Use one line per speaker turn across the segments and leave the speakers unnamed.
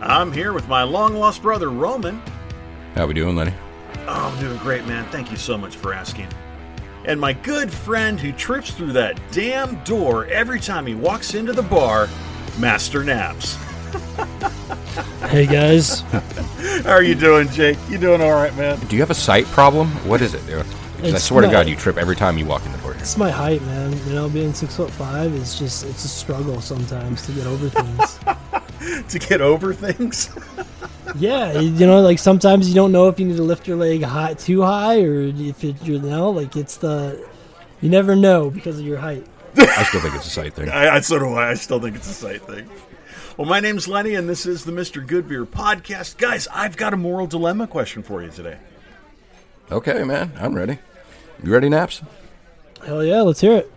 I'm here with my long lost brother, Roman.
How we doing, Lenny?
Oh, I'm doing great, man. Thank you so much for asking. And my good friend who trips through that damn door every time he walks into the bar, Master Naps.
Hey guys,
How are you doing, Jake? You doing all right, man?
Do you have a sight problem? What is it? dude? 'Cause I
It's
swear to
my-
God, you trip every time you walk in the door.
it's my height, man. You know, being six foot five is just it's a struggle sometimes to get over things.
To get over things?
yeah, you know, like sometimes you don't know if you need to lift your leg high, too high, or if it, you know, like it's the you never know because of your height.
I still think it's a sight thing.
I, I so do I. I still think it's a sight thing. Well, my name's Lenny, and this is the Mr. Goodbeer podcast. Guys, I've got a moral dilemma question for you today.
Okay, man, I'm ready. You ready, Naps?
Hell yeah, let's hear it.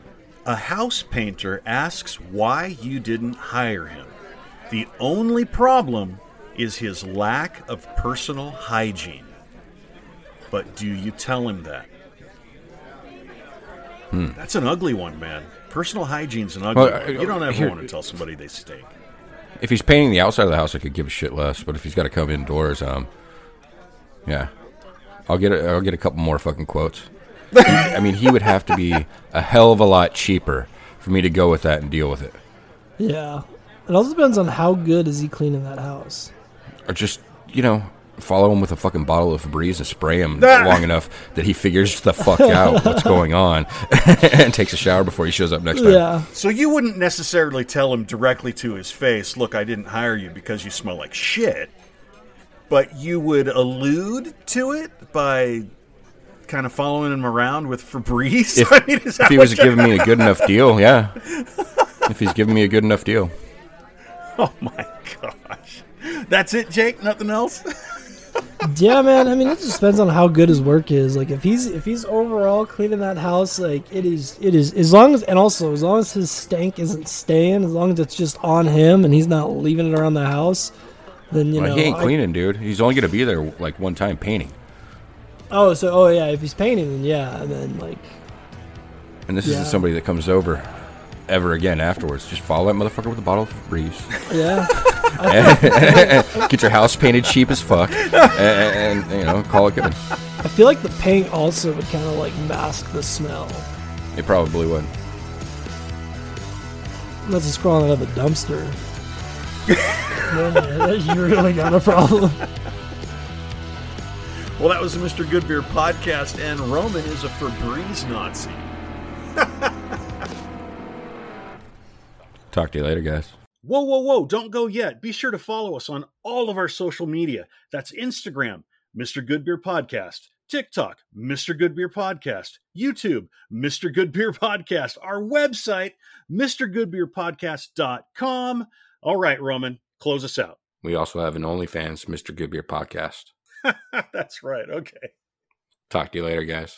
A house painter asks why you didn't hire him. The only problem is his lack of personal hygiene. But do you tell him that? That's an ugly one, man. Personal hygiene's an ugly
Hmm. Well, I-
one. You don't ever
here-
want to tell somebody they stink.
If he's painting the outside of the house, I could give a shit less. But if he's got to come indoors, um, yeah, I'll get a, I'll get a couple more fucking quotes. He- I mean, he would have to be a hell of a lot cheaper for me to go with that and deal with it.
Yeah, it also depends on how good is he cleaning that house.
or just you know follow him with a fucking bottle of Febreze and spray him
Ah.
long enough that he figures the fuck out what's going on and takes a shower before he shows up next time.
Yeah,
So you wouldn't necessarily tell him directly to his face, look, I didn't hire you because you smell like shit. But you would allude to it by kind of following him around with Febreze.
If-
I mean, is
If
that
he
what
was giving me a good enough deal, yeah. If he's giving me a good enough deal,
Oh my gosh. That's it, Jake? Nothing else?
yeah, man. I mean, it just depends on how good his work is. Like if he's if he's overall cleaning that house, like it is it is as long as and also as long as his stank isn't staying, as long as it's just on him and he's not leaving it around the house, then you
Well,
know.
he ain't
I-
cleaning, dude. He's only gonna be there like one time painting,
oh, so oh yeah, if he's painting, then yeah, and then like
and this
Yeah.
isn't somebody that comes over ever again afterwards. Just follow that motherfucker with a bottle of Febreze.
yeah,
Get your house painted cheap as fuck, and, and you know call it good.
I feel like the paint also would kind of like mask the smell.
It probably would.
Unless he's crawling out of a dumpster. Man, you really got a problem.
Well, that was the Mr. Goodbeer podcast, and Roman is a Febreze Nazi.
Talk to you later, guys.
Whoa, whoa, whoa, don't go yet. Be sure to follow us on all of our social media. That's Instagram, Mr. Goodbeer Podcast, TikTok, Mr. Goodbeer Podcast, YouTube, Mr. Goodbeer Podcast, our website, MrGoodbeerPodcast.com. All right, Roman, close us out.
We also have an OnlyFans Mr. Goodbeer podcast.
That's right. Okay.
Talk to you later, guys.